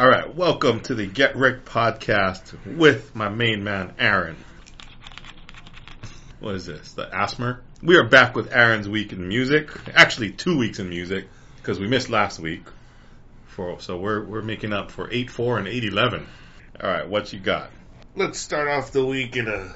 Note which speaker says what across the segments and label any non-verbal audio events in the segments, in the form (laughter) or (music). Speaker 1: Welcome to the Get Rick podcast with my main man, Aaron. What is this? The Asmer? We are back with Aaron's week in music. Actually, two weeks in music because we missed last week. For so we're we're making up for eight four and eight eleven. All right, what you got?
Speaker 2: Let's start off the week in a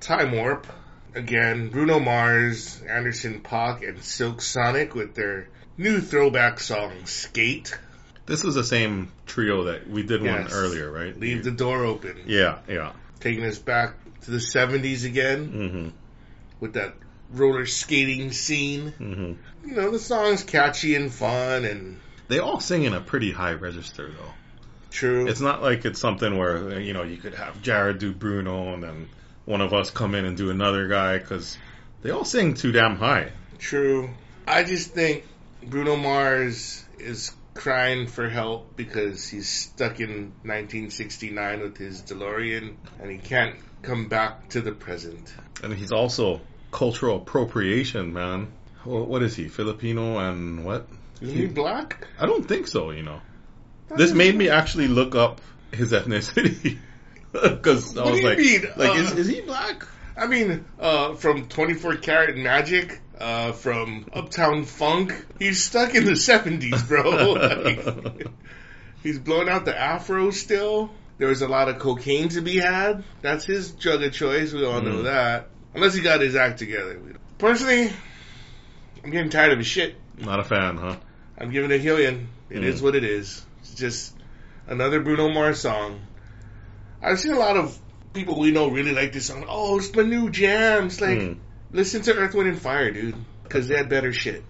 Speaker 2: time warp. Again, Bruno Mars, Anderson Paak, and Silk Sonic with their new throwback song Skate.
Speaker 1: This is the same trio that we did one
Speaker 2: Yes.
Speaker 1: earlier, right?
Speaker 2: Leave the door open.
Speaker 1: yeah, yeah.
Speaker 2: Taking us back to the 70s again
Speaker 1: hmm
Speaker 2: with that roller skating scene.
Speaker 1: hmm
Speaker 2: You know, the song's catchy and fun and
Speaker 1: They all sing in a pretty high register, though.
Speaker 2: true.
Speaker 1: It's not like it's something where you know you could have Jared do Bruno and then one of us come in and do another guy because they all sing too damn high.
Speaker 2: True. I just think Bruno Mars is crying for help because he's stuck in 1969 with his DeLorean and he can't come back to the present.
Speaker 1: And he's also cultural appropriation, man. Wh- What is he? Filipino and what?
Speaker 2: Is he black?
Speaker 1: I don't think so. You know, Hmm. this made me actually look up his ethnicity (laughs) because I
Speaker 2: What do
Speaker 1: was
Speaker 2: you
Speaker 1: like,
Speaker 2: mean?
Speaker 1: like
Speaker 2: Uh,
Speaker 1: is, is he
Speaker 2: (laughs)
Speaker 1: black?
Speaker 2: I mean, uh, from 24 Karat Magic, uh, from Uptown Funk. He's stuck in the 70s, bro. (laughs) Like, he's blowing out the afro still. There was a lot of cocaine to be had. That's his drug of choice. We all know
Speaker 1: Mm.
Speaker 2: that. Unless he got his act together. We don't- Personally, I'm getting tired of his shit.
Speaker 1: (laughs) Not a fan, huh?
Speaker 2: I'm giving it Hillian. It is
Speaker 1: Mm.
Speaker 2: what it is. It's just another Bruno Mars song. I've seen a lot of people we know really like this song. Oh, it's my new jam. It's like,
Speaker 1: Mm.
Speaker 2: listen to Earth, Wind, and Fire, dude. Because they had better shit.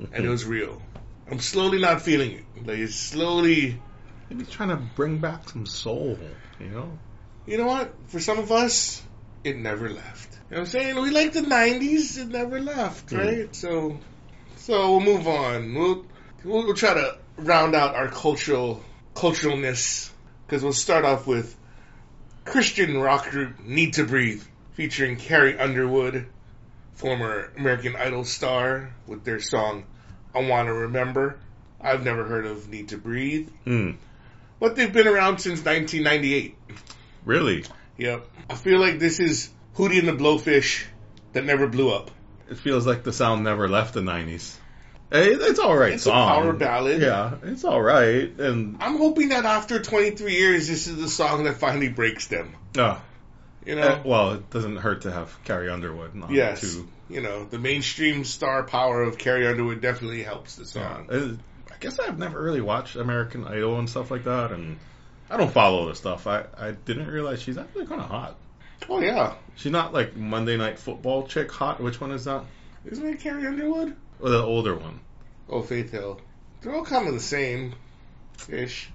Speaker 2: And
Speaker 1: Hmm.
Speaker 2: it was real. I'm slowly not feeling it. Like, it's slowly.
Speaker 1: Maybe (laughs) he's trying to bring back some soul, you know?
Speaker 2: You know what? For some of us, it never left. You know what I'm saying? We like the 90s. It never left,
Speaker 1: Mm.
Speaker 2: right? So, so we'll move on. We'll, we'll, we'll try to round out our cultural, culturalness. Because we'll start off with Christian rock group Need to Breathe, featuring Carrie Underwood, former American Idol star, with their song I Want to Remember. I've never heard of Need to Breathe,
Speaker 1: Mm.
Speaker 2: but they've been around since 1998.
Speaker 1: Really?
Speaker 2: Yep. I feel like this is Hootie and the Blowfish that never blew up.
Speaker 1: It feels like the sound never left the 90s. Hey, It's all right
Speaker 2: It's a
Speaker 1: song.
Speaker 2: power ballad.
Speaker 1: Yeah, it's all right. And
Speaker 2: I'm hoping that after 23 years, this is the song that finally breaks them.
Speaker 1: uh,
Speaker 2: You know?
Speaker 1: eh, well, it doesn't hurt to have Carrie Underwood on
Speaker 2: yes.
Speaker 1: too.
Speaker 2: You know, the mainstream star power of Carrie Underwood definitely helps the song.
Speaker 1: Eh, I guess I've never really watched American Idol and stuff like that, and I don't follow the stuff. I I didn't realize she's actually kind of hot.
Speaker 2: Oh, yeah.
Speaker 1: She's not like Monday Night Football chick hot. Which one is that?
Speaker 2: Isn't it Carrie Underwood?
Speaker 1: Or the older one? (laughs)
Speaker 2: Oh, Faith Hill. They're all kind of the same ish.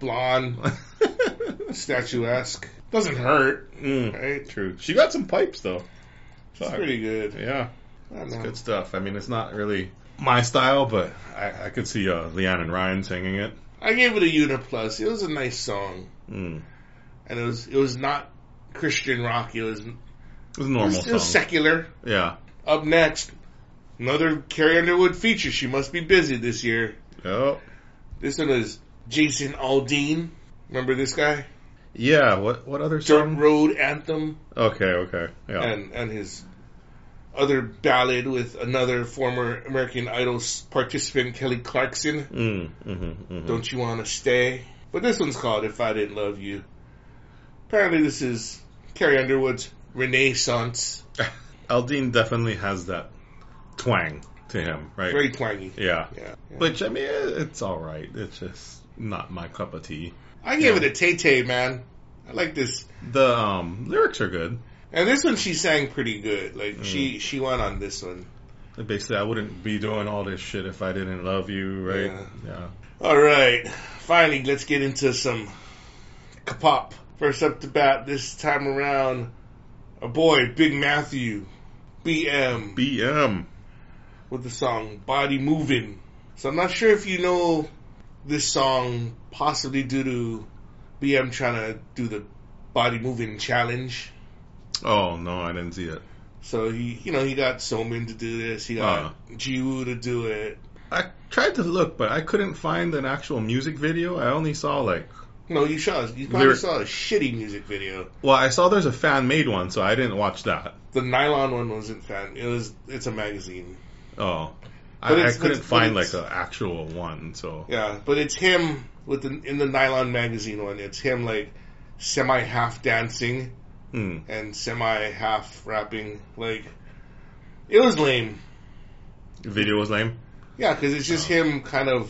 Speaker 2: Blonde, statuesque. Doesn't hurt,
Speaker 1: Mm,
Speaker 2: right?
Speaker 1: True. She got some pipes though.
Speaker 2: It's pretty good.
Speaker 1: Yeah.
Speaker 2: I don't
Speaker 1: It's
Speaker 2: know.
Speaker 1: good stuff. I mean, it's not really my style, but I, I could see uh, Leanne and Ryan singing it.
Speaker 2: I gave it a unit plus. It was a nice song.
Speaker 1: Mm.
Speaker 2: and it was it was not Christian rock. It was it
Speaker 1: It was a normal
Speaker 2: was, it was
Speaker 1: song.
Speaker 2: secular.
Speaker 1: yeah.
Speaker 2: Up next, another Carrie Underwood feature. She must be busy this year.
Speaker 1: Oh.
Speaker 2: This one is Jason Aldean. Remember this guy?
Speaker 1: Yeah. What what other
Speaker 2: Dirt
Speaker 1: song?
Speaker 2: Road Anthem
Speaker 1: Okay. Okay. Yeah.
Speaker 2: and and his other ballad with another former American Idol s- participant Kelly Clarkson.
Speaker 1: mm, mm-hmm, mm-hmm.
Speaker 2: Don't you want to stay? But this one's called If I Didn't Love You. Apparently, this is Carrie Underwood's Renaissance.
Speaker 1: Aldine definitely has that twang to him, right?
Speaker 2: Very twangy.
Speaker 1: Yeah.
Speaker 2: Yeah. yeah.
Speaker 1: Which I mean, it- it's all right. It's just not my cup of tea.
Speaker 2: I gave it a Tay Tay, man. I like this.
Speaker 1: The um, lyrics are good.
Speaker 2: And this one she sang pretty good. Like she she won on this one.
Speaker 1: Basically, I wouldn't be doing all this shit if I didn't love you, right?
Speaker 2: Yeah.
Speaker 1: yeah.
Speaker 2: All right. Finally, let's get into some Kapop. First up the bat this time around, a boy, Big Matthew, BM,
Speaker 1: BM.
Speaker 2: with the song Body Moving. So I'm not sure if you know this song, possibly due to BM trying to do the Body Moving Challenge.
Speaker 1: Oh no, I didn't see it.
Speaker 2: So he, you know, he got Soman to do this. He got
Speaker 1: Uh.
Speaker 2: Jiwoo to do it.
Speaker 1: I tried to look, but I couldn't find an actual music video. I only saw like
Speaker 2: No, you saw. You probably
Speaker 1: Lyric-
Speaker 2: saw a shitty music video.
Speaker 1: Well, I saw there's a fan made one, so I didn't watch that.
Speaker 2: The nylon one wasn't fan. It was. It's a magazine.
Speaker 1: Oh,
Speaker 2: But
Speaker 1: I, I
Speaker 2: it's-
Speaker 1: couldn't
Speaker 2: it's- but
Speaker 1: find like
Speaker 2: it's-
Speaker 1: an actual one. So
Speaker 2: Yeah, but it's him with the, in the nylon magazine one. It's him like semi half dancing
Speaker 1: hmm.
Speaker 2: and semi half rapping. Like it was lame.
Speaker 1: video was lame.
Speaker 2: Yeah, because it's
Speaker 1: Oh.
Speaker 2: just him kind of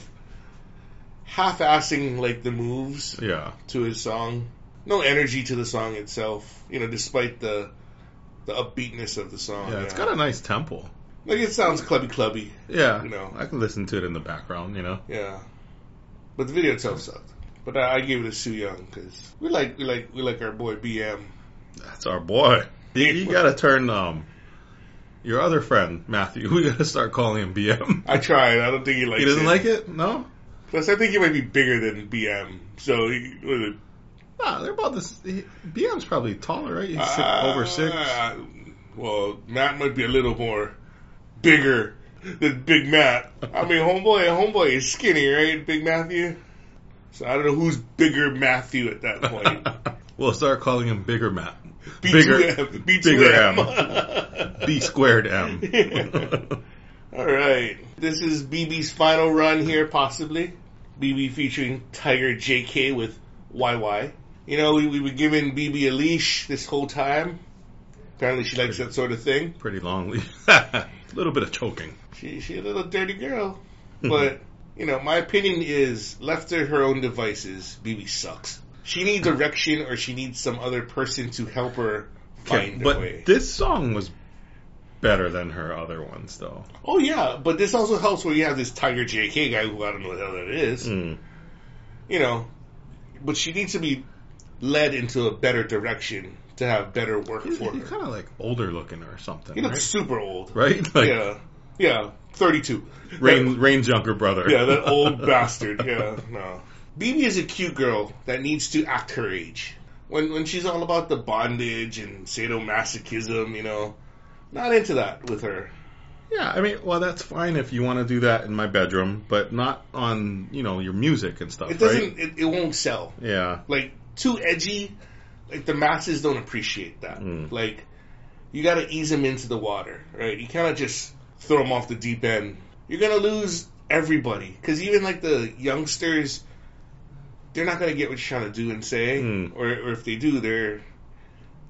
Speaker 2: half-assing like the moves
Speaker 1: Yeah,
Speaker 2: to his song. No energy to the song itself. You know, despite the the upbeatness of the song.
Speaker 1: yeah, it's got a nice tempo.
Speaker 2: like it sounds clubby clubby.
Speaker 1: Yeah,
Speaker 2: You know.
Speaker 1: I can listen to it in the background. You know,
Speaker 2: Yeah, but the video itself sucked. But I, I gave it a Sue Young because we like we like we like our boy BM.
Speaker 1: that's our boy. You, you gotta turn um your other friend Matthew. (laughs) We gotta start calling him BM.
Speaker 2: I tried. I don't think he likes.
Speaker 1: He doesn't
Speaker 2: it.
Speaker 1: like it. No,
Speaker 2: Plus, I think he might be bigger than BM. So he, what is it?
Speaker 1: nah, they're about this. He, BM's probably taller, right? He's six, over six.
Speaker 2: Uh, well, Matt might be a little more bigger than Big Matt. I mean, homeboy, homeboy is skinny, right? Big Matthew. So I don't know who's bigger Matthew at that point.
Speaker 1: (laughs) we'll start calling him Bigger Matt.
Speaker 2: B2M,
Speaker 1: Bigger-
Speaker 2: B2M.
Speaker 1: Bigger
Speaker 2: (laughs)
Speaker 1: B squared M.
Speaker 2: All right. This is BB's final run here, possibly. BB featuring Tiger JK with YY. You know, we, we were giving BB a leash this whole time. Apparently, she likes that sort of thing.
Speaker 1: Pretty long. A (laughs) little bit of choking.
Speaker 2: She, she a little
Speaker 1: (laughs)
Speaker 2: dirty girl. But, you know, my opinion is left to her own devices, BB sucks. She needs direction or she needs some other person to help her
Speaker 1: Okay,
Speaker 2: find a way.
Speaker 1: but this song was better than her other ones, though.
Speaker 2: oh, yeah. But this also helps where you have this Tiger JK guy who I don't know what the hell that is.
Speaker 1: Mm.
Speaker 2: you know, but she needs to be led into a better direction to have better work
Speaker 1: He's,
Speaker 2: for her.
Speaker 1: kind of like older looking or something,
Speaker 2: He looks
Speaker 1: right?
Speaker 2: super old.
Speaker 1: Right? (laughs) Like
Speaker 2: yeah. Yeah. 32.
Speaker 1: Rain, Rain's younger brother.
Speaker 2: That- (laughs)
Speaker 1: (laughs)
Speaker 2: yeah, that old bastard. Yeah, no. BB is a cute girl that needs to act her age. When when she's all about the bondage and sadomasochism, you know, not into that with her.
Speaker 1: Yeah, I mean, well, that's fine if you want to do that in my bedroom, but not on, you know, your music and stuff, right?
Speaker 2: It doesn't. It, it won't sell.
Speaker 1: Yeah.
Speaker 2: like too edgy. Like the masses don't appreciate that.
Speaker 1: Mm.
Speaker 2: Like you got to ease them into the water, right? You cannot just throw them off the deep end. You're gonna lose everybody because even like the youngsters, they're not gonna get what you're trying to do and say,
Speaker 1: Mm.
Speaker 2: or, or if they do, they're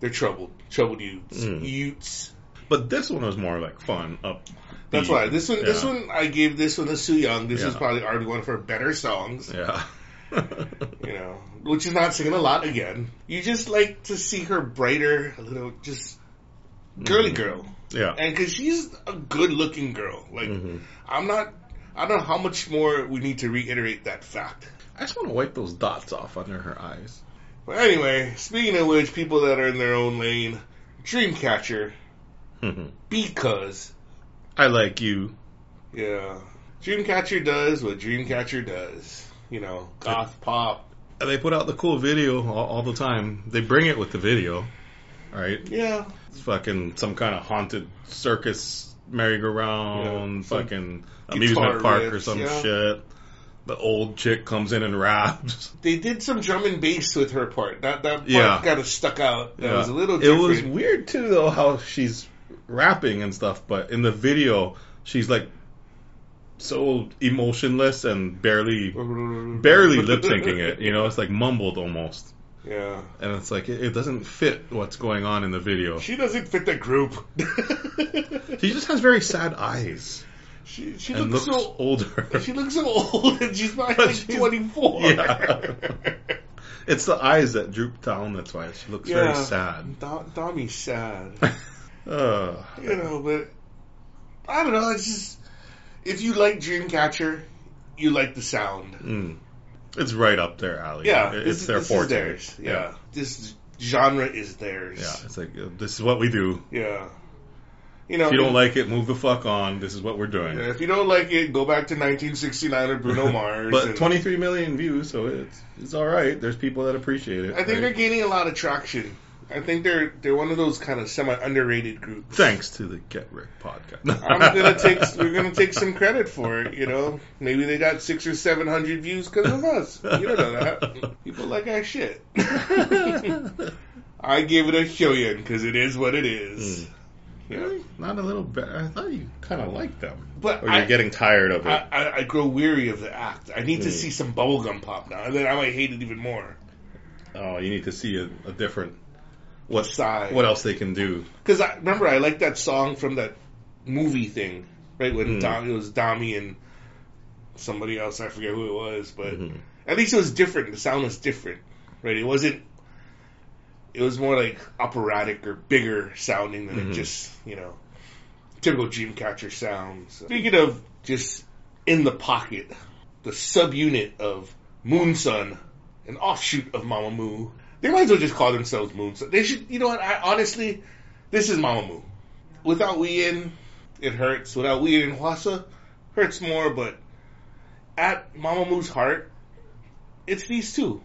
Speaker 2: they're troubled, troubled youths.
Speaker 1: Mm.
Speaker 2: Youths.
Speaker 1: But this one was more like fun. Up.
Speaker 2: That's why this one, this
Speaker 1: Yeah.
Speaker 2: one, I gave this one to Sue Young. This is
Speaker 1: Yeah.
Speaker 2: probably already one of her better songs.
Speaker 1: (laughs) Yeah.
Speaker 2: you know, which is not saying a lot again. You just like to see her brighter, a little just girly
Speaker 1: Mhm.
Speaker 2: girl,
Speaker 1: yeah.
Speaker 2: and because she's a good-looking girl. Like
Speaker 1: hmm
Speaker 2: I'm not, I don't know how much more we need to reiterate that fact.
Speaker 1: I just want to wipe those dots off under her eyes.
Speaker 2: But anyway, speaking of which, people that are in their own lane, Dreamcatcher, Mm-hmm.
Speaker 1: Mhm.
Speaker 2: because
Speaker 1: I like you.
Speaker 2: yeah, Dreamcatcher does what Dreamcatcher does. You know, goth pop.
Speaker 1: And They put out the cool video all, all the time. They bring it with the video, right?
Speaker 2: Yeah,
Speaker 1: It's fucking some kind of haunted circus merry-go-round,
Speaker 2: Yeah, some
Speaker 1: fucking
Speaker 2: guitar
Speaker 1: amusement park or
Speaker 2: riffs,
Speaker 1: some
Speaker 2: yeah.
Speaker 1: shit. The old chick comes in and raps.
Speaker 2: they did some drum and bass with her part. That that part
Speaker 1: Yeah.
Speaker 2: got us stuck out. That
Speaker 1: Yeah.
Speaker 2: was a little.
Speaker 1: It
Speaker 2: Different.
Speaker 1: was weird too, though, how she's rapping and stuff. But in the video, she's like so emotionless and barely, barely lip syncing it. You know, it's like mumbled almost,
Speaker 2: Yeah,
Speaker 1: and it's like it, it doesn't fit what's going on in the video.
Speaker 2: she doesn't fit the group.
Speaker 1: (laughs) She just has very sad eyes
Speaker 2: (laughs) she she
Speaker 1: and
Speaker 2: looks
Speaker 1: looks
Speaker 2: so
Speaker 1: older.
Speaker 2: (laughs)
Speaker 1: (laughs)
Speaker 2: she looks so old, and she's not
Speaker 1: But
Speaker 2: like
Speaker 1: she's-
Speaker 2: twenty four.
Speaker 1: Yeah. It's the eyes that droop down. That's why she looks
Speaker 2: (laughs) Yeah.
Speaker 1: very sad. (laughs)
Speaker 2: Dom, Dommy's sad,
Speaker 1: Uh,
Speaker 2: you know. But I don't know. It's just if you like Dreamcatcher, you like the sound.
Speaker 1: mm. It's right up their alley.
Speaker 2: Yeah,
Speaker 1: It-
Speaker 2: this
Speaker 1: it's
Speaker 2: is-
Speaker 1: their
Speaker 2: this
Speaker 1: forte.
Speaker 2: Is theirs. Yeah.
Speaker 1: yeah,
Speaker 2: this genre is theirs.
Speaker 1: Yeah, It's like uh, this is what we do.
Speaker 2: Yeah. You know,
Speaker 1: If you don't like it, move the fuck on. This is what we're doing.
Speaker 2: if you don't like it, go back to 1969 or Bruno
Speaker 1: (laughs)
Speaker 2: Mars.
Speaker 1: But
Speaker 2: and-
Speaker 1: 23 million views, so it's it's all right. There's people that appreciate it.
Speaker 2: I think they're
Speaker 1: right?
Speaker 2: gaining a lot of traction. I think they're they're one of those kind of semi underrated groups.
Speaker 1: Thanks to the Get Rick podcast.
Speaker 2: I'm gonna take we're gonna take
Speaker 1: (laughs)
Speaker 2: some credit for it. You know, maybe they got six or seven hundred views because of us. You don't know that people like our shit.
Speaker 1: (laughs)
Speaker 2: I give it a shoyin because it is what it
Speaker 1: Hmm.
Speaker 2: is. Yeah.
Speaker 1: Really? Not a little bit. I thought you kind of liked them.
Speaker 2: But
Speaker 1: Or Oh, you're
Speaker 2: I-
Speaker 1: getting tired of it.
Speaker 2: I, I, I grow weary of the act. I need to
Speaker 1: Mm.
Speaker 2: see some bubblegum pop now, and then I might hate it even more.
Speaker 1: oh, you need to see a, a different. What
Speaker 2: Side.
Speaker 1: What else they can do?
Speaker 2: Because I remember I liked that song from that movie thing, right? When
Speaker 1: Mm.
Speaker 2: Dom, it was Dami and somebody else, I forget who it was, but
Speaker 1: Mhm.
Speaker 2: at least it was different. The sound was different, right? It wasn't. It was more like operatic or bigger sounding than
Speaker 1: Mhm.
Speaker 2: it just you know typical Dreamcatcher sounds. Speaking of just in the pocket, the subunit of Moonsun, an offshoot of Mamamoo. They might as well just call themselves Moonsun. They should, you know what? I honestly, this is Mamamoo. Without we in, it hurts. Without we in Hwasa, hurts more. But at Mamamoo's heart, it's these two.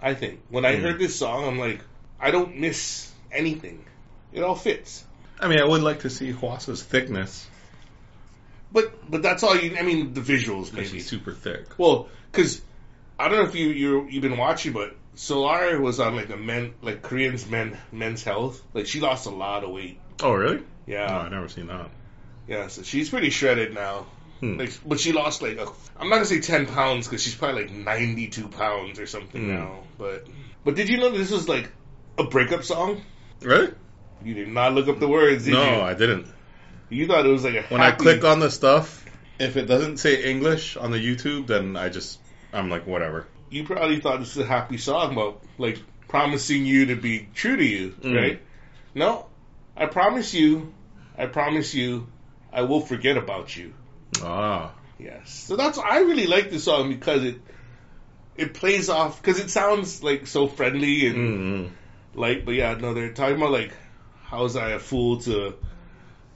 Speaker 2: I think when I
Speaker 1: Mm.
Speaker 2: heard this song, I'm like, I don't miss anything. It all fits.
Speaker 1: I mean, I would like to see Huasa's thickness
Speaker 2: But but that's all you. I mean, the visuals
Speaker 1: because
Speaker 2: maybe.
Speaker 1: she's super thick.
Speaker 2: Well, because I don't know if you you you've been watching, but Solara was on like a men like Koreans men Men's Health. Like she lost a lot of weight.
Speaker 1: Oh, really? No,
Speaker 2: Yeah,
Speaker 1: I've never seen that.
Speaker 2: yeah. So she's pretty shredded now.
Speaker 1: Hmm.
Speaker 2: Like, but she lost like a, I'm not gonna say ten pounds because she's probably like ninety two pounds or something
Speaker 1: Mm.
Speaker 2: now. But but did you know this was like a breakup song?
Speaker 1: Really?
Speaker 2: You did not look up the words, did
Speaker 1: no,
Speaker 2: you?
Speaker 1: I didn't.
Speaker 2: you thought it was like a
Speaker 1: When I
Speaker 2: happy,
Speaker 1: click on the stuff, if it doesn't say English on the YouTube, then I just I'm like whatever.
Speaker 2: you probably thought this was a happy song about like promising you to be true to you,
Speaker 1: Mm.
Speaker 2: right? No, I promise you, I promise you, I will forget about you.
Speaker 1: Ah,
Speaker 2: Yes. So that's I really like this song because it it plays off because it sounds like so friendly and
Speaker 1: mm
Speaker 2: light, but yeah, no, they're talking about like how was I a fool to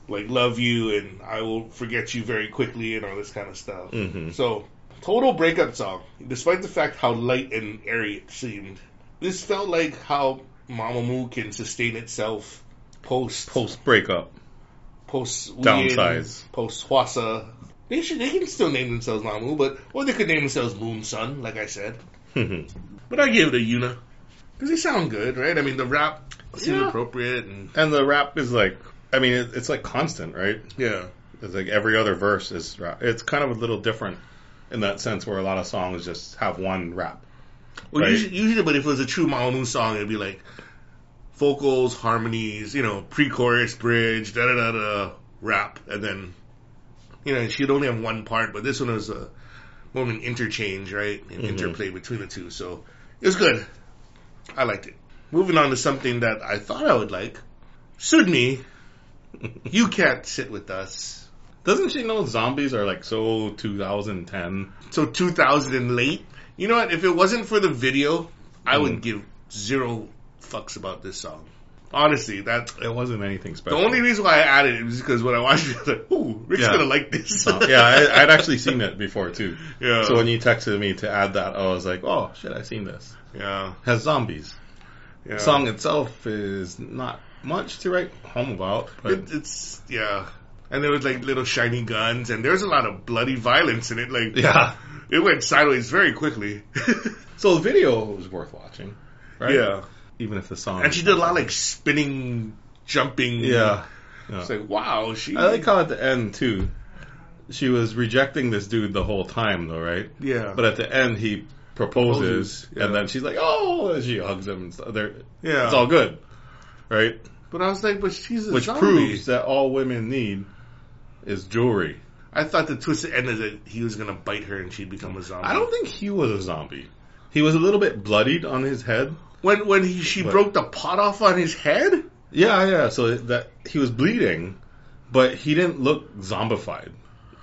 Speaker 2: like love you and I will forget you very quickly and all this kind of stuff.
Speaker 1: mm-hmm.
Speaker 2: So, total breakup song. Despite the fact how light and airy it seemed, this felt like how Mamamoo can sustain itself post
Speaker 1: post breakup.
Speaker 2: post
Speaker 1: Downsize.
Speaker 2: post Hwasa. They should they can still name themselves Mamamoo, but or they could name themselves Moon Sun, like I said.
Speaker 1: and
Speaker 2: But I give it a Yuna because they sound good, right? I mean, the rap seemed
Speaker 1: Yeah.
Speaker 2: appropriate and
Speaker 1: the rap is like, I mean, it, it's like constant, right?
Speaker 2: yeah,
Speaker 1: It's like every other verse is rap. It's kind of a little different in that sense, where a lot of songs just have one rap.
Speaker 2: Well,
Speaker 1: Right.
Speaker 2: usually, usually, but if it was a true Mamamoo song, it'd be like vocals, harmonies, you know, pre-chorus, bridge, da da da da, rap, and then you know she'd only have one part. But this one was a more of an interchange, right, an
Speaker 1: Mhm.
Speaker 2: interplay between the two. So it was good. I liked it. Moving on to something that I thought I would like. Sudmi, you can't sit with us.
Speaker 1: Doesn't she know zombies are like so 2010?
Speaker 2: So 2000 and late. You know what? If it wasn't for the video, I
Speaker 1: Mm.
Speaker 2: would give zero fucks about this song. Honestly, that
Speaker 1: It wasn't anything
Speaker 2: the
Speaker 1: special.
Speaker 2: only reason why I added it was because when I watched it, I was like, "Ooh, Rick's
Speaker 1: Yeah.
Speaker 2: gonna like this."
Speaker 1: Uh, yeah, I, I'd actually seen it before too.
Speaker 2: (laughs) yeah,
Speaker 1: So when you texted me to add that, I was like, oh shit, I've seen this.
Speaker 2: yeah,
Speaker 1: Has zombies.
Speaker 2: yeah.
Speaker 1: The song itself is not much to write home about, but
Speaker 2: It, (laughs) it's yeah, and there was like little shiny guns, and there was a lot of bloody violence in it. Like
Speaker 1: yeah.
Speaker 2: it went sideways very quickly. (laughs)
Speaker 1: So the video was worth watching, right? Oh,
Speaker 2: Yeah,
Speaker 1: Even if the song.
Speaker 2: and she did a lot of like spinning, jumping.
Speaker 1: Yeah.
Speaker 2: it's like wow, she.
Speaker 1: I like how at the end too, she was rejecting this dude the whole time though, right?
Speaker 2: yeah,
Speaker 1: But at the end he proposes,
Speaker 2: Proposes, yeah.
Speaker 1: and then she's like, oh, and she hugs him. And stuff. They're-
Speaker 2: yeah.
Speaker 1: It's all good, right?
Speaker 2: But I was like, but she's a
Speaker 1: Which
Speaker 2: zombie.
Speaker 1: proves that all women need is jewelry.
Speaker 2: I thought the twisted end is that he was gonna bite her and she'd become a zombie.
Speaker 1: I don't think he was a zombie. He was a little bit bloodied on his head.
Speaker 2: When when he, she
Speaker 1: But-
Speaker 2: broke the pot off on his head.
Speaker 1: Yeah, yeah. So that he was bleeding, but he didn't look zombified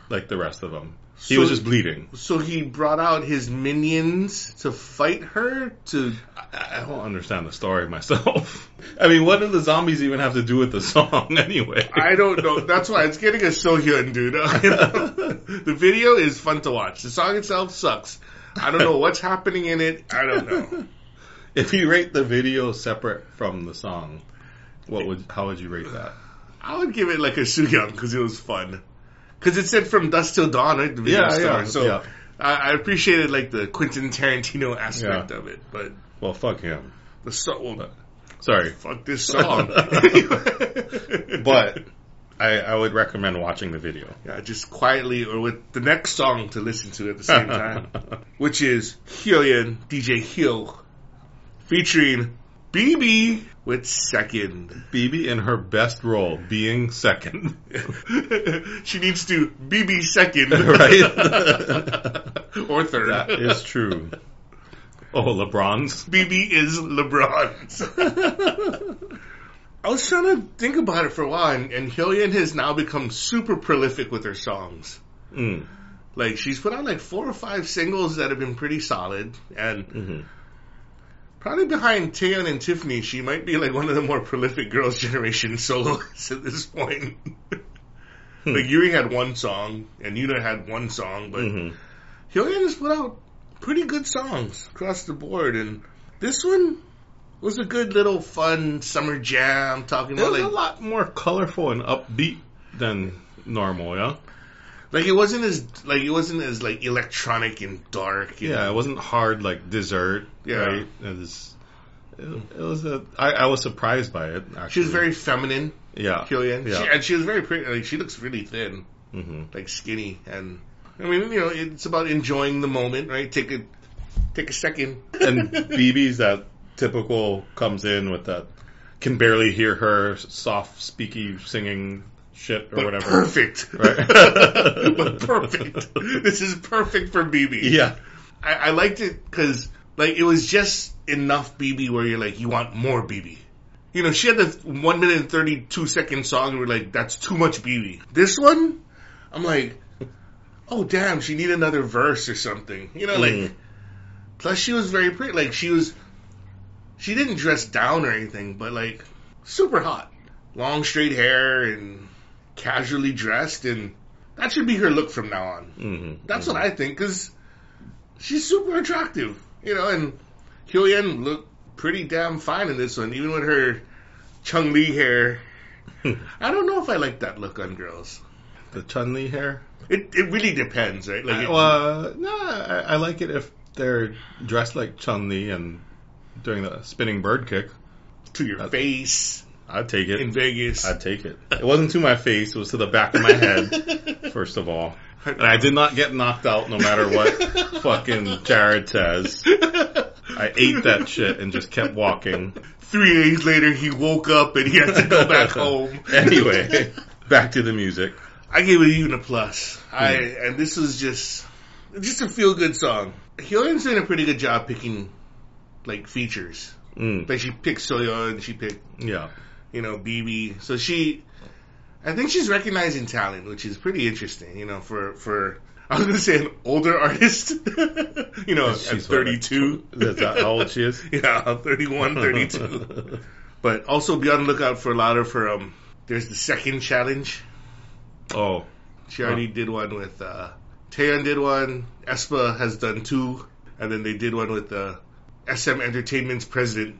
Speaker 1: like the rest of them. He
Speaker 2: So-
Speaker 1: was just bleeding.
Speaker 2: So he brought out his minions to fight her. To
Speaker 1: I, I don't understand the story myself. (laughs) I mean, what do the zombies even have to do with the song (laughs) anyway?
Speaker 2: (laughs) I don't know. That's why it's getting us so hyun, dude. (laughs) You know? the video is (laughs) fun to watch. The song itself sucks. I don't know what's happening in it. I don't know.
Speaker 1: (laughs) If you rate the video separate from the song, what would how would you rate that?
Speaker 2: I would give it like a Shugyang because it was fun. Because it said from dusk till dawn, right? The video
Speaker 1: Yeah,
Speaker 2: star.
Speaker 1: yeah,
Speaker 2: so
Speaker 1: yeah.
Speaker 2: I, I appreciated like the Quentin Tarantino aspect
Speaker 1: Yeah.
Speaker 2: of it, but
Speaker 1: Well, fuck him.
Speaker 2: the song. Well,
Speaker 1: Sorry,
Speaker 2: fuck this song.
Speaker 1: (laughs) but I, I would recommend watching the video.
Speaker 2: (laughs) yeah, just quietly or with the next song to listen to at the
Speaker 1: (laughs)
Speaker 2: same time, which is Hyun DJ Hill featuring BB with second. (laughs)
Speaker 1: BB in her best role, being second,
Speaker 2: she needs to
Speaker 1: (laughs)
Speaker 2: BB second,
Speaker 1: right?
Speaker 2: (laughs) or third.
Speaker 1: that is true. (laughs) Oh, LeBron's.
Speaker 2: BB is LeBron. (laughs) I was trying to think about it for a while, and, and Hyun has now become super prolific with her songs.
Speaker 1: Mm.
Speaker 2: Like she's put out like four or five singles that have been pretty solid, and
Speaker 1: hmm
Speaker 2: probably behind Taeyeon and Tiffany, she might be like one of the more prolific girls' generation (laughs) soloists at this point.
Speaker 1: Hmm.
Speaker 2: Like Yuri had one song, and Yuna had one song, but
Speaker 1: hmm
Speaker 2: Hyun has put out pretty good songs across the board, and this one was a good little fun summer jam talking
Speaker 1: It
Speaker 2: about
Speaker 1: was a
Speaker 2: like,
Speaker 1: lot more colorful and upbeat than normal, yeah.
Speaker 2: like it wasn't as like it wasn't as like electronic and dark. And,
Speaker 1: Yeah, it wasn't hard like dessert.
Speaker 2: Yeah.
Speaker 1: right? it was. It, it was a. I, I was surprised by it. Actually,
Speaker 2: she was very feminine,
Speaker 1: yeah.
Speaker 2: Hyun,
Speaker 1: Yeah.
Speaker 2: she, and she was very pretty. Like she looks really thin,
Speaker 1: hmm
Speaker 2: like skinny, and I mean you know it's about enjoying the moment, right? Take a take a second.
Speaker 1: And
Speaker 2: (laughs)
Speaker 1: BB's that typical comes in with that can barely hear her soft speaky singing shit or
Speaker 2: But
Speaker 1: whatever.
Speaker 2: perfect,
Speaker 1: Right.
Speaker 2: but (laughs) perfect. This is perfect for BB.
Speaker 1: (laughs) Yeah.
Speaker 2: I, I liked it because like it was just enough BB where you're like you want more BB. You know, she had the one minute and thirty two second song and we're like that's too much BB. This one, I'm like, oh damn, she need another verse or something. You know, like
Speaker 1: Mm.
Speaker 2: plus she was very pretty. Like she was, she didn't dress down or anything, but like super hot, long straight hair and casually dressed, and that should be her look from now on.
Speaker 1: hmm
Speaker 2: That's what I think because she's super attractive, you know. And Hyoyeon looked pretty damn fine in this one, even with her Chung Lee
Speaker 1: (laughs)
Speaker 2: hair. I don't know if I like that look on girls.
Speaker 1: the Chun Li hair.
Speaker 2: It it really depends, right? Mm-hmm. Like,
Speaker 1: I,
Speaker 2: it-
Speaker 1: Uh, well, no, I, I like it if they're dressed like Chun Li and doing the spinning bird kick.
Speaker 2: to your
Speaker 1: I-
Speaker 2: face
Speaker 1: I'd take it.
Speaker 2: in Vegas.
Speaker 1: I'd take it. It wasn't to my face. It was to the back of my
Speaker 2: (laughs)
Speaker 1: head. First of all, and I did not get knocked out no matter
Speaker 2: (laughs)
Speaker 1: what fucking Jared says. I ate that shit and just kept walking.
Speaker 2: Three days later, he woke up and he had to go
Speaker 1: (laughs)
Speaker 2: back home. (laughs)
Speaker 1: Anyway, back to the music.
Speaker 2: I gave it even a plus. I and this was just just a feel good song. Hyoyeon's doing a pretty good job picking like features.
Speaker 1: Mm,
Speaker 2: Like she picked Soyeon, she picked
Speaker 1: yeah.
Speaker 2: you know BB. So she, I think she's recognizing talent, which is pretty interesting. You know, for for (laughs) I was gonna say an older artist. (laughs) you know,
Speaker 1: She's
Speaker 2: at
Speaker 1: what, like,
Speaker 2: thirty two.
Speaker 1: Is that how old she is?
Speaker 2: (laughs) Yeah, 31, 32.
Speaker 1: (laughs)
Speaker 2: but also be on the lookout for a lot of her. Um, there's the second challenge.
Speaker 1: Oh, (laughs)
Speaker 2: She already did one with uh Taeyeon did one, Espa has done two, and then they did one with uh, SM Entertainment's president,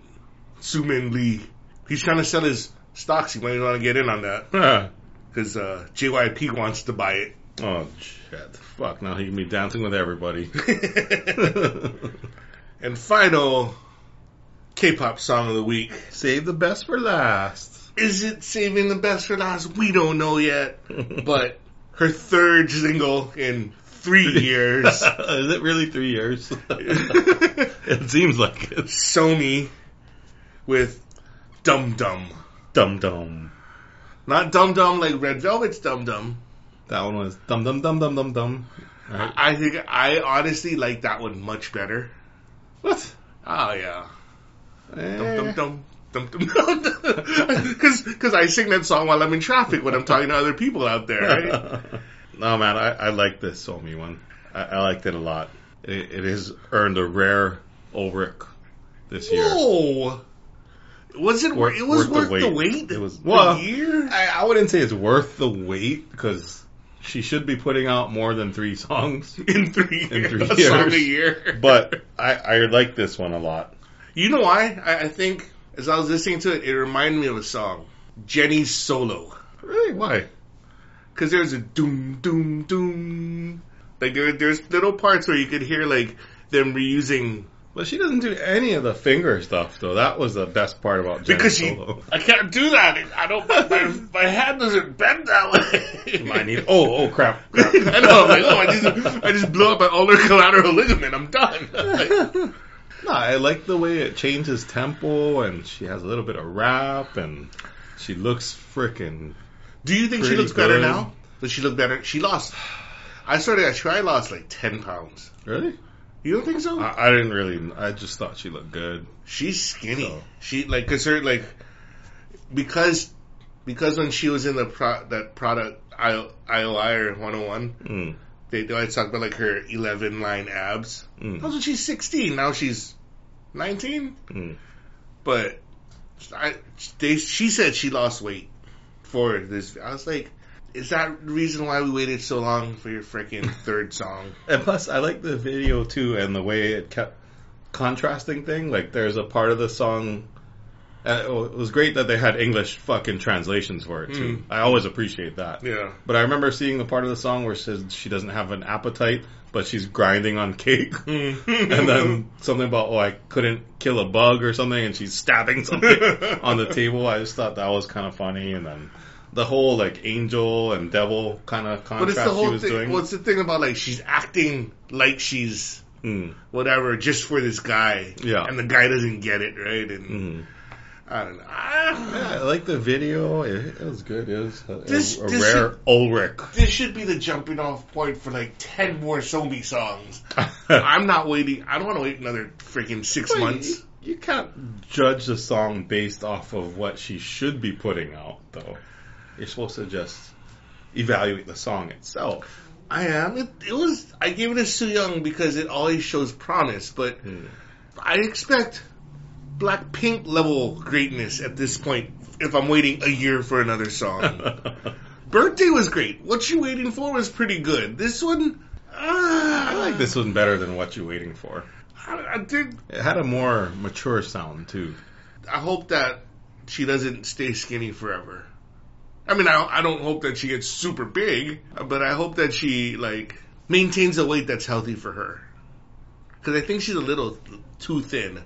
Speaker 2: Sumin Lee. He's trying to sell his stocks. He might want to get in on that
Speaker 1: oh
Speaker 2: because uh, JYP wants to buy
Speaker 1: shit! Fuck! Now he can be dancing with everybody.
Speaker 2: it. and final K-pop song of the week.
Speaker 1: (laughs) Save the best for (laughs) last.
Speaker 2: Is it saving the best for last? We don't know yet. But her third single in
Speaker 1: (laughs)
Speaker 2: three years.
Speaker 1: Is it really three (laughs) years? it seems like it's
Speaker 2: Sony with Dum Dum.
Speaker 1: dum dum.
Speaker 2: Not Dum Dum like Red Velvet's Dum Dum.
Speaker 1: That one was dum dum dum dum dum dum. Right.
Speaker 2: I think I honestly like that one much better.
Speaker 1: What?
Speaker 2: Oh yeah.
Speaker 1: Eh.
Speaker 2: Dum Dum Dum Dum Dum Dum. (laughs) Because I sing that song while I'm in traffic when I'm talking to other people out there, right?
Speaker 1: no man, I, I like this Somi one. I, I liked it a lot. It, it has earned a rare Ulrich (laughs) this year.
Speaker 2: Whoa. Was it worth? It was worth, the, wait.
Speaker 1: It was
Speaker 2: well,
Speaker 1: well.
Speaker 2: a year.
Speaker 1: I, I wouldn't say it's worth the wait because she should be putting out more than three (laughs) songs.
Speaker 2: In three,
Speaker 1: In three
Speaker 2: a (laughs) song a
Speaker 1: years.
Speaker 2: year.
Speaker 1: But I, I like this one a lot.
Speaker 2: You know why? I, I think as I was listening to it, it reminded me of a song, Jenny's solo,
Speaker 1: Really? Why?
Speaker 2: because there's a doom doom doom. Like there, there's little parts where you could hear like them reusing
Speaker 1: But she doesn't do any of the finger stuff, though. That was the best part about Jenny
Speaker 2: because she
Speaker 1: Solo.
Speaker 2: I can't do that. I don't. My, my hand doesn't bend that way.
Speaker 1: I need. Oh, oh, crap. crap.
Speaker 2: (laughs) I know. I'm like, oh, I just, I just blew up my ulnar collateral ligament. I'm done.
Speaker 1: (laughs)
Speaker 2: (laughs)
Speaker 1: no, I like the way it changes tempo, and she has a little bit of rap, and she looks freaking.
Speaker 2: Do you think she
Speaker 1: Pretty
Speaker 2: looks better
Speaker 1: good.
Speaker 2: now? Does she look better? She lost. I started. I swear I lost like ten pounds.
Speaker 1: Really?
Speaker 2: You don't think so?
Speaker 1: I, I didn't really. I just thought she looked good.
Speaker 2: She's skinny.
Speaker 1: So-
Speaker 2: She like because her like because because when she was in the pro, that product IO, IOI or 101,
Speaker 1: Mm,
Speaker 2: they they always talk about like her 11 line abs. That was
Speaker 1: mm,
Speaker 2: when she's 16. Now she's 19.
Speaker 1: mm.
Speaker 2: But I, they, she said she lost weight for this. I was like, is that the reason why we waited so long for your freaking third song?
Speaker 1: And plus, I like the video too, and the way it kept contrasting thing. Like, there's a part of the song. Uh, oh, it was great that they had English fucking translations for it too.
Speaker 2: Mm.
Speaker 1: I always appreciate that.
Speaker 2: Yeah.
Speaker 1: But I remember seeing the part of the song where it says she doesn't have an appetite, but she's grinding on cake.
Speaker 2: Mm. Hmm.
Speaker 1: and
Speaker 2: (laughs)
Speaker 1: then something about oh I couldn't kill a bug or something, and she's stabbing
Speaker 2: (laughs)
Speaker 1: something on the table. I just thought that was kind of funny, and then the whole like angel and devil kind of
Speaker 2: But
Speaker 1: contrast
Speaker 2: it's the
Speaker 1: she
Speaker 2: whole
Speaker 1: was
Speaker 2: thing.
Speaker 1: doing.
Speaker 2: Well, it's the thing about like she's acting like she's
Speaker 1: Mm,
Speaker 2: whatever just for this guy.
Speaker 1: Yeah.
Speaker 2: And the guy doesn't get it, right? And
Speaker 1: mm.
Speaker 2: I don't know.
Speaker 1: Yeah, I
Speaker 2: Ah,
Speaker 1: like the video. It, it was good. It was a,
Speaker 2: This-
Speaker 1: a
Speaker 2: this
Speaker 1: rare (laughs) Ulrich.
Speaker 2: This should be the jumping off point for like 10 more Somi
Speaker 1: (laughs)
Speaker 2: songs. I'm not waiting. I don't want to wait another freaking six
Speaker 1: Well,
Speaker 2: months.
Speaker 1: You, you can't judge the song based off of what she should be putting out, though. You're supposed to just evaluate the song (laughs) itself.
Speaker 2: I am. It, it was. I gave it a Su Young because it always shows promise, but
Speaker 1: Hmm.
Speaker 2: I expect Blackpink level greatness at this point. If I'm waiting a year for another song,
Speaker 1: (laughs)
Speaker 2: Birthday was great. What you waiting for was pretty good. This one, ah,
Speaker 1: I like this one better than what you're waiting for.
Speaker 2: I, I did.
Speaker 1: It had a more mature sound (laughs) too.
Speaker 2: I hope that she doesn't stay skinny forever. I mean, I, I don't hope that she gets super big, but I hope that she like maintains a weight that's healthy for her. Because I think she's a little too thin.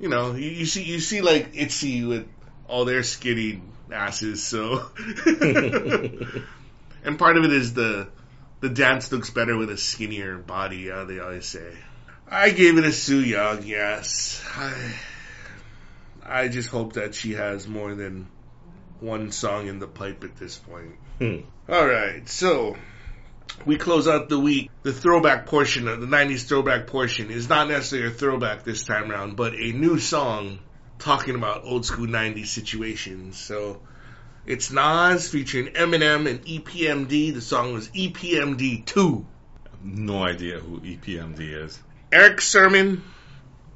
Speaker 2: You know, you, you see, you see like Itzy with all their skinny asses. So, (laughs) and part of it is the the dance looks better with a skinnier body. Yeah, they always say. I gave it a Sue Young. Yes. I, I just hope that she has more than one song in the pipe at this point.
Speaker 1: Hmm.
Speaker 2: All right, so we close out the week. The throwback portion of the 90s throwback portion is not necessarily a throwback this time around, but a new song talking about old school 90s situations. So it's Nas featuring Eminem and E EPMD. The song was E EPMD 2.
Speaker 1: No idea who E EPMD is.
Speaker 2: Eric Sermon,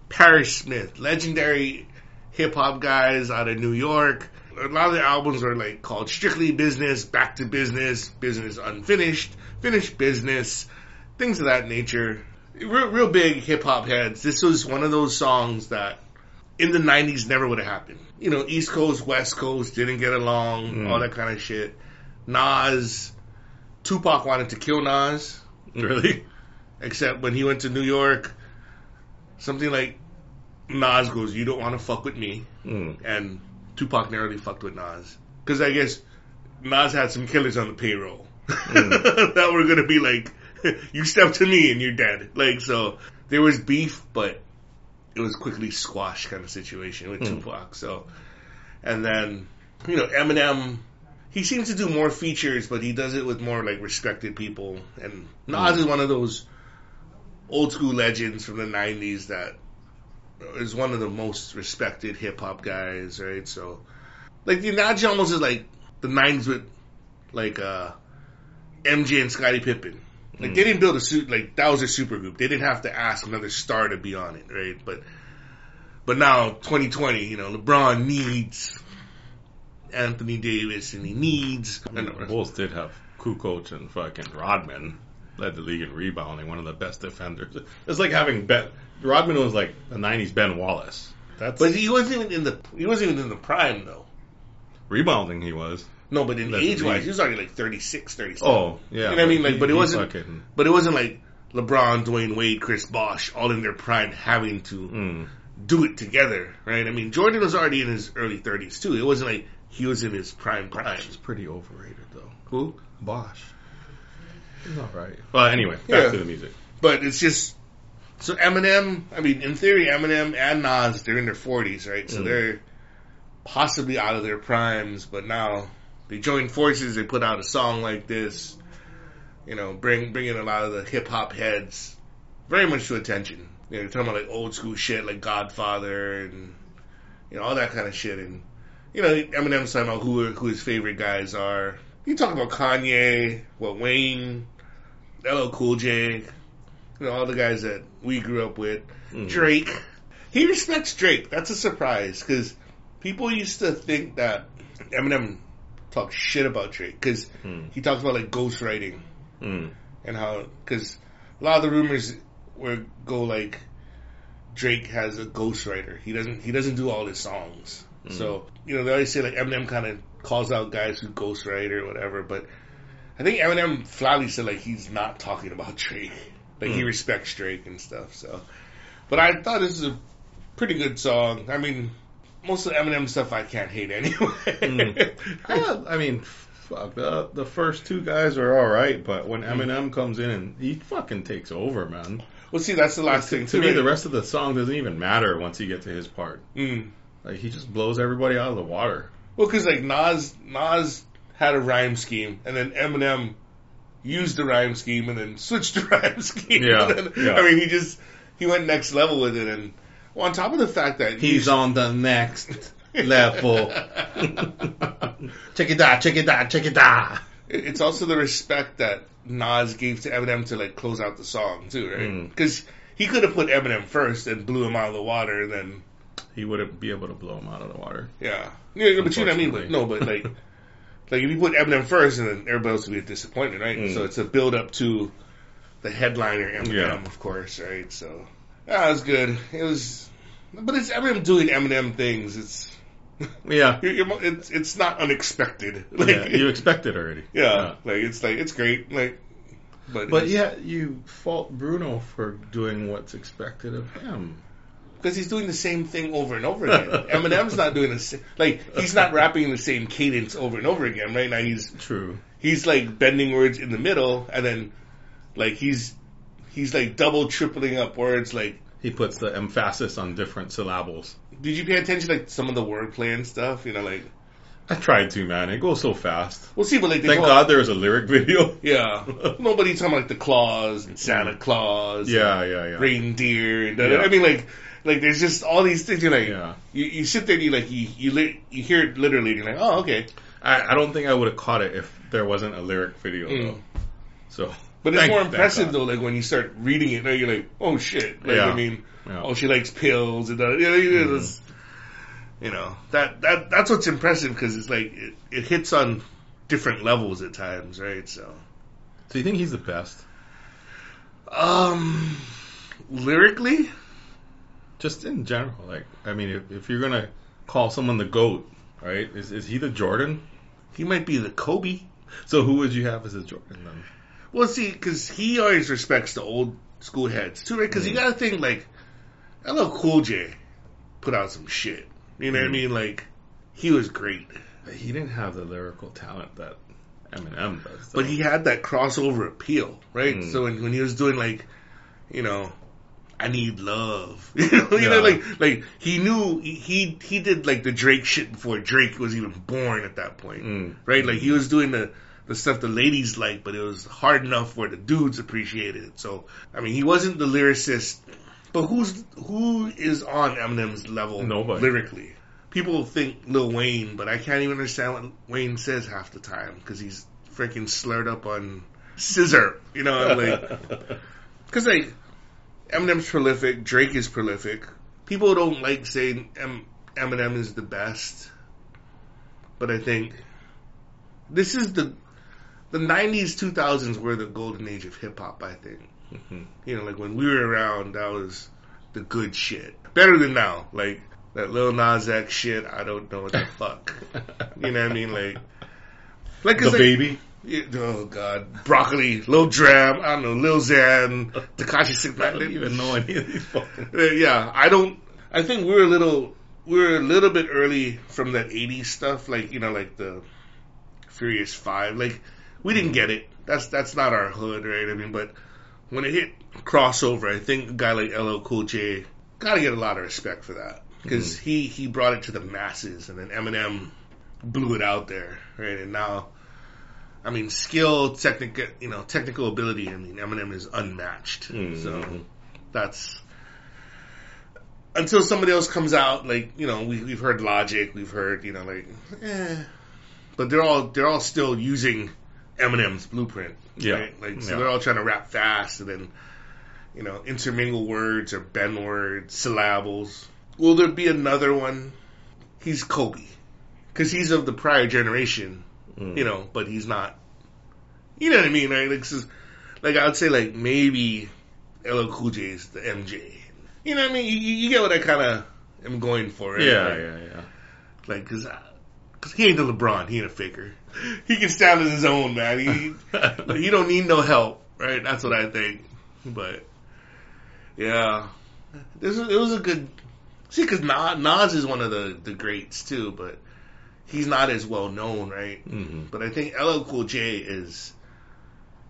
Speaker 2: Paris Smith, legendary hip hop guys out of New York. A lot of their albums are like called Strictly Business, Back to Business, Business Unfinished, Finished Business, things of that nature. Real, real big hip hop heads. This was one of those songs that in the 90s never would have happened. You know, East Coast, West Coast didn't get along,
Speaker 1: Mm.
Speaker 2: all that kind of shit. Nas, Tupac wanted to kill Nas
Speaker 1: Really?
Speaker 2: except when he went to New York, something like Nas goes, "You don't want to fuck with me,"
Speaker 1: Mm.
Speaker 2: and Tupac narrowly fucked with Nas because I guess Nas had some killers on the payroll (laughs) that were gonna be like, "You step to me and you're dead." Like so, there was beef, but it was quickly squashed kind of situation with
Speaker 1: Mm.
Speaker 2: Tupac. So, and then you know Eminem. He seems to do more features, but he does it with more like respected people. And Nas
Speaker 1: Mm.
Speaker 2: is one of those old school legends from the '90s that is one of the most respected hip hop guys, right? So, like the analogy almost is like the '90s with like uh MJ and Scottie Pippen.
Speaker 1: Mm. Hmm.
Speaker 2: Like they didn't build a suit like that was a super group. They didn't have to ask another star to be on it, right? But but now 2020, you know, LeBron needs Anthony Davis and he needs
Speaker 1: I mean, the Bulls did have Kukoc and fucking Rodman led the league in rebounding, one of the best defenders. It's like having Ben Rodman was like the '90s Ben Wallace. That's
Speaker 2: But he wasn't even in the he wasn't even in the prime though.
Speaker 1: rebounding. He was.
Speaker 2: No, but in
Speaker 1: That's
Speaker 2: age wise,
Speaker 1: me.
Speaker 2: he was already like 36, 37.
Speaker 1: Oh yeah.
Speaker 2: You know what I mean? Like, but it
Speaker 1: he
Speaker 2: wasn't-
Speaker 1: fucking-
Speaker 2: But it wasn't like LeBron, Dwayne Wade, Chris Bosh, all in their prime having to
Speaker 1: mm,
Speaker 2: do it together, right? I mean, Jordan was already in his early 30s too. It wasn't like he was in his prime prime.
Speaker 1: it's pretty overrated though.
Speaker 2: Cool.
Speaker 1: Bosh. He's all right. Well, anyway, back
Speaker 2: Yeah.
Speaker 1: to the music.
Speaker 2: But it's just so Eminem. I mean, in theory, Eminem and Nas they're in their forties, right? So
Speaker 1: Mm.
Speaker 2: they're possibly out of their primes, but now they join forces. They put out a song like this, you know, bring bringing a lot of the hip hop heads very much to attention. You know, you're talking about like old school shit like Godfather and you know all that kind of shit. And you know, Eminem's talking about who who his favorite guys are. You talk about Kanye, what Wayne, LL Cool J, you know, all the guys that we grew up with.
Speaker 1: Mm.
Speaker 2: Drake. He respects Drake. That's a surprise because people used to think that Eminem talks shit about Drake because
Speaker 1: Mm,
Speaker 2: he talks about like ghostwriting hmm,
Speaker 1: mm,
Speaker 2: and how because a lot of the rumors were go like Drake has a ghostwriter. He doesn't. He doesn't do all his songs.
Speaker 1: Mm.
Speaker 2: So you know they always say like Eminem kind of calls out guys who ghostwrite or whatever. But I think Eminem flatly said like he's not talking about (laughs) Drake. Like he
Speaker 1: Mm.
Speaker 2: respects Drake and stuff. So, but I thought this is a pretty good song. I mean, most of the Eminem stuff I can't hate (laughs) anyway. Hmm.
Speaker 1: (laughs) Mm. Yeah, I mean, fuck. The, the first two guys are all right, but when
Speaker 2: Hmm.
Speaker 1: Eminem comes in and he fucking takes over, man.
Speaker 2: (laughs) well, see, that's the last
Speaker 1: To,
Speaker 2: thing
Speaker 1: to me,
Speaker 2: right?
Speaker 1: the rest of the song doesn't even matter once you get to his part.
Speaker 2: Mm.
Speaker 1: Like he just blows everybody out of the water.
Speaker 2: Well, because like Nas, Nas had a rhyme scheme, and then Eminem used the rhyme scheme, and then (laughs) switched the rhyme scheme.
Speaker 1: Yeah,
Speaker 2: And then-
Speaker 1: yeah.
Speaker 2: I mean, he just he went next level with it, and well, on top of the fact that
Speaker 1: He's on the next
Speaker 2: (laughs)
Speaker 1: level. check it out, check it out, check it out.
Speaker 2: It- It's also the respect that Nas gave to Eminem to like close out the song too, right?
Speaker 1: Mm.
Speaker 2: Because he could have put Eminem first and blew him out of the water, and then
Speaker 1: He wouldn't be able to blow him out of the water.
Speaker 2: yeah, yeah but you know what I mean.
Speaker 1: Unfortunately.
Speaker 2: But, no, but like. Like if you put Eminem first, and then everybody else would be a disappointment, right?
Speaker 1: Mm.
Speaker 2: So it's a build up to the headliner Eminem,
Speaker 1: Yeah.
Speaker 2: of course, right? So yeah, it was good. It was, but it's Eminem doing Eminem things. It's
Speaker 1: (laughs) Yeah.
Speaker 2: you're, you're, it's it's not unexpected. (laughs) Like,
Speaker 1: yeah
Speaker 2: yeah,
Speaker 1: you
Speaker 2: (laughs)
Speaker 1: expect it already.
Speaker 2: like it's like it's great. Like, but
Speaker 1: But yeah, you fault Bruno for doing what's expected of him.
Speaker 2: because he's doing the same thing over and
Speaker 1: (laughs)
Speaker 2: over again. Eminem's not doing the same. Like he's not rapping in the same cadence over and over again. Right now he's
Speaker 1: True.
Speaker 2: he's like bending words in the middle and then like he's he's like double tripling up words like
Speaker 1: He puts the emphasis on different syllables.
Speaker 2: did you pay attention to, like some of the wordplay and stuff you know like
Speaker 1: I tried to, man. It goes so fast.
Speaker 2: we'll see but like they
Speaker 1: Thank
Speaker 2: go-
Speaker 1: God there was a lyric (laughs) video.
Speaker 2: yeah nobody talking about like the claws and santa claus and
Speaker 1: Yeah, yeah, yeah.
Speaker 2: reindeer and da-
Speaker 1: Yeah.
Speaker 2: i mean like like there's just all these things you're like
Speaker 1: Yeah.
Speaker 2: you, you sit there and you like you you, li- you hear it literally and you're like oh okay
Speaker 1: I, I don't think I would have caught it if there wasn't a lyric video,
Speaker 2: Mm.
Speaker 1: though. So,
Speaker 2: but it's
Speaker 1: Thank-
Speaker 2: more
Speaker 1: thank
Speaker 2: impressive
Speaker 1: God.
Speaker 2: though like when you start reading it now you're like oh shit like
Speaker 1: Yeah.
Speaker 2: i mean
Speaker 1: yeah.
Speaker 2: oh, she likes pills and that, you know, you know, it's- you know, that that that's what's impressive because it's like it, it hits on different levels at times, right? So,
Speaker 1: so you think he's the best?
Speaker 2: um, lyrically,
Speaker 1: Just in general, like, I mean, if, if you're gonna call someone the goat, right? Is is he the Jordan?
Speaker 2: he might be the Kobe.
Speaker 1: So who would you have as a Jordan then?
Speaker 2: Well, see, because he always respects the old school heads too, right? Because you
Speaker 1: Mm.
Speaker 2: got to think like, LL Cool J put out some shit. You know what I
Speaker 1: Mm.
Speaker 2: mean? Like, he was great,
Speaker 1: But he didn't have the lyrical talent that Eminem does. though.
Speaker 2: but he had that crossover appeal, right?
Speaker 1: Mm.
Speaker 2: So when, when he was doing like, you know, I need love, (laughs) you know, you know,
Speaker 1: Yeah.
Speaker 2: like like he knew he- he he did like the Drake shit before Drake was even born at that point, (laughs)
Speaker 1: Mm.
Speaker 2: right? Like he was doing the the stuff the ladies like, but it was hard enough where the dudes appreciated it. So I mean, he wasn't the lyricist, but who's who is on Eminem's level
Speaker 1: Nobody.
Speaker 2: lyrically? People think Lil Wayne, but I can't even understand what Wayne says half the time because he's freaking slurred up on scissor. You know,
Speaker 1: (laughs)
Speaker 2: I'm like because like Eminem's prolific, Drake is prolific. People don't like saying em- Eminem is the best, but I think this is the the '90s, 2000s were the golden age of hip hop. I think
Speaker 1: Mhm.
Speaker 2: you know, like when we were around, that was the good shit. Better than now. Like That Lil Nas X shit, I don't know
Speaker 1: (laughs)
Speaker 2: what the fuck. You know what I mean? Like, like
Speaker 1: The
Speaker 2: it's like,
Speaker 1: baby.
Speaker 2: Yeah, oh God, broccoli, Lil Dram, I don't know, Lil
Speaker 1: (laughs)
Speaker 2: Xan, Takashi Six
Speaker 1: I don't even know any of these
Speaker 2: (laughs)
Speaker 1: fucking.
Speaker 2: Uh, yeah, I don't. I think we're a little we're a little bit early from that '80s stuff, like you know, like the Furious Five. Like we didn't get it. That's that's not our hood, right? I mean, but when it hit crossover, I think a guy like LL Cool J gotta get a lot of respect for that
Speaker 1: Mm-hmm.
Speaker 2: because he he brought it to the masses, and then Eminem blew it out there, right? And now. I mean, skill, technical, you know, technical ability. I mean, Eminem is unmatched. So
Speaker 1: Mhm.
Speaker 2: that's until somebody else comes out. Like you know, we, we've heard Logic, we've heard you know, like, eh. but they're all they're all still using Eminem's blueprint.
Speaker 1: Yeah.
Speaker 2: right? like so
Speaker 1: Yeah.
Speaker 2: they're all trying to rap fast and then you know intermingle words or bend words, syllables. Will there be another one? He's Kobe because he's of the prior generation,
Speaker 1: Mm.
Speaker 2: you know, but he's not. You know what I mean? Right? Like, this is- like I'd say, like maybe LL Cool J is the MJ. You know what I mean? You, you you get what I kind of am going for, right?
Speaker 1: Yeah,
Speaker 2: like,
Speaker 1: yeah, yeah.
Speaker 2: Like, cause, I- cause he ain't a LeBron. He ain't a faker. (laughs) He can stand on his own,
Speaker 1: (laughs)
Speaker 2: man. He, like, he don't need no help, right? That's what I think. But yeah, this was, it was a good. See, because Nas, Nas is one of the the greats too, but he's not as well known, right?
Speaker 1: hmm
Speaker 2: But I think LL Cool J is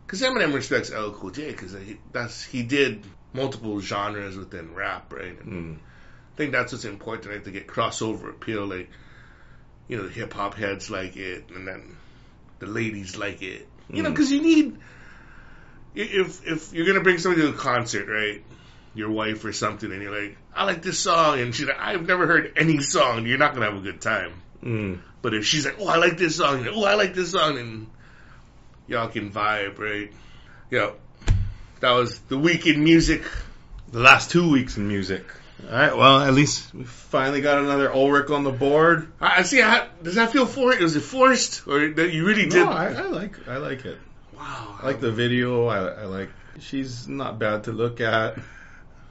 Speaker 2: because Eminem respects LL Cool J because that's he did multiple genres within rap, right?
Speaker 1: Mm.
Speaker 2: And I think that's what's important right, to get crossover appeal. Like, you know, the hip hop heads like it, and then the ladies like it. You know, 'cause know,
Speaker 1: Mm.
Speaker 2: because you need i- if if you're gonna bring somebody to a concert, right? Your wife or something, and you're like, I like this song, and she's like, I've never heard any song. You're not gonna have a good time.
Speaker 1: Mm.
Speaker 2: But if she's like, "Oh, I like this song," and, "Oh, I like this song," and y'all can vibe, right? Yeah, that was the week in music.
Speaker 1: The last two weeks in music. All right. Well, at least we finally got another Ulrich on the board.
Speaker 2: I, I see. I, does that feel forced? Was it forced, or that you really did?
Speaker 1: No, I, I like I like it.
Speaker 2: wow,
Speaker 1: I like the video. I, I like. She's not bad to look at.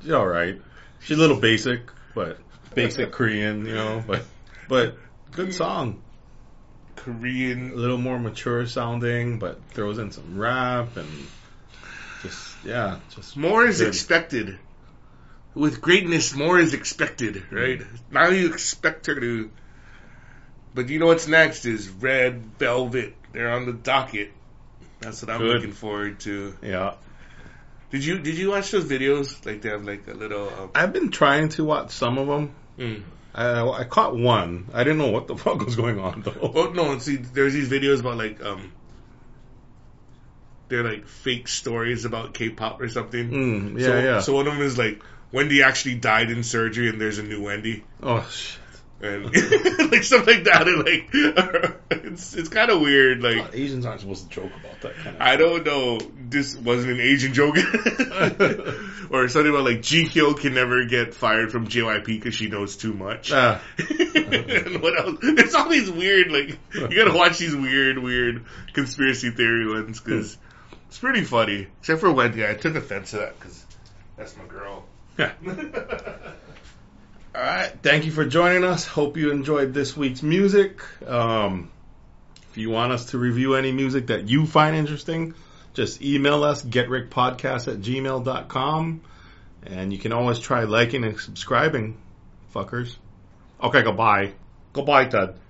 Speaker 1: She's all right. She's a little basic, but basic Korean, you know. But but good song. A
Speaker 2: Korean.
Speaker 1: little more mature sounding, but throws in some rap and just yeah, just
Speaker 2: More is
Speaker 1: good.
Speaker 2: expected. With greatness, more is expected,
Speaker 1: Mm-hmm.
Speaker 2: right? Now you expect her to. But you know what's next is Red Velvet. They're on the docket. That's what I'm
Speaker 1: Good.
Speaker 2: looking forward to.
Speaker 1: yeah.
Speaker 2: Did you did you watch those videos? Like they have like a little. Um,
Speaker 1: I've been trying to watch some of them.
Speaker 2: mm.
Speaker 1: I, I caught one. I didn't know what the (laughs) fuck was going on though. (laughs)
Speaker 2: Oh no! See, there's these videos about like um, they're like fake stories about K-pop or something.
Speaker 1: Mm, yeah,
Speaker 2: so,
Speaker 1: yeah.
Speaker 2: So one of them is like Wendy actually died in surgery, and there's a new Wendy,
Speaker 1: oh shit.
Speaker 2: and (laughs) like stuff like that. And like (laughs) it's it's kind of weird. Like
Speaker 1: Asians aren't supposed to joke about that kind of.
Speaker 2: I don't know. This wasn't an
Speaker 1: (laughs)
Speaker 2: Asian joke, (laughs) or something about like G Hill can never get fired from JYP because she knows too much.
Speaker 1: Ah,
Speaker 2: (laughs) and what else? There's all these weird, like, you gotta watch these weird, weird conspiracy theory ones because it's pretty funny. Except for Wendy, I took offense to that because that's my girl. (laughs)
Speaker 1: yeah. All right. Thank you for joining us. Hope you enjoyed this week's music. Um, if you want us to review any music that you find interesting, just email us getrickpodcast at gmail.com. And you can always try liking and subscribing, fuckers. Okay, goodbye. Goodbye, Ted.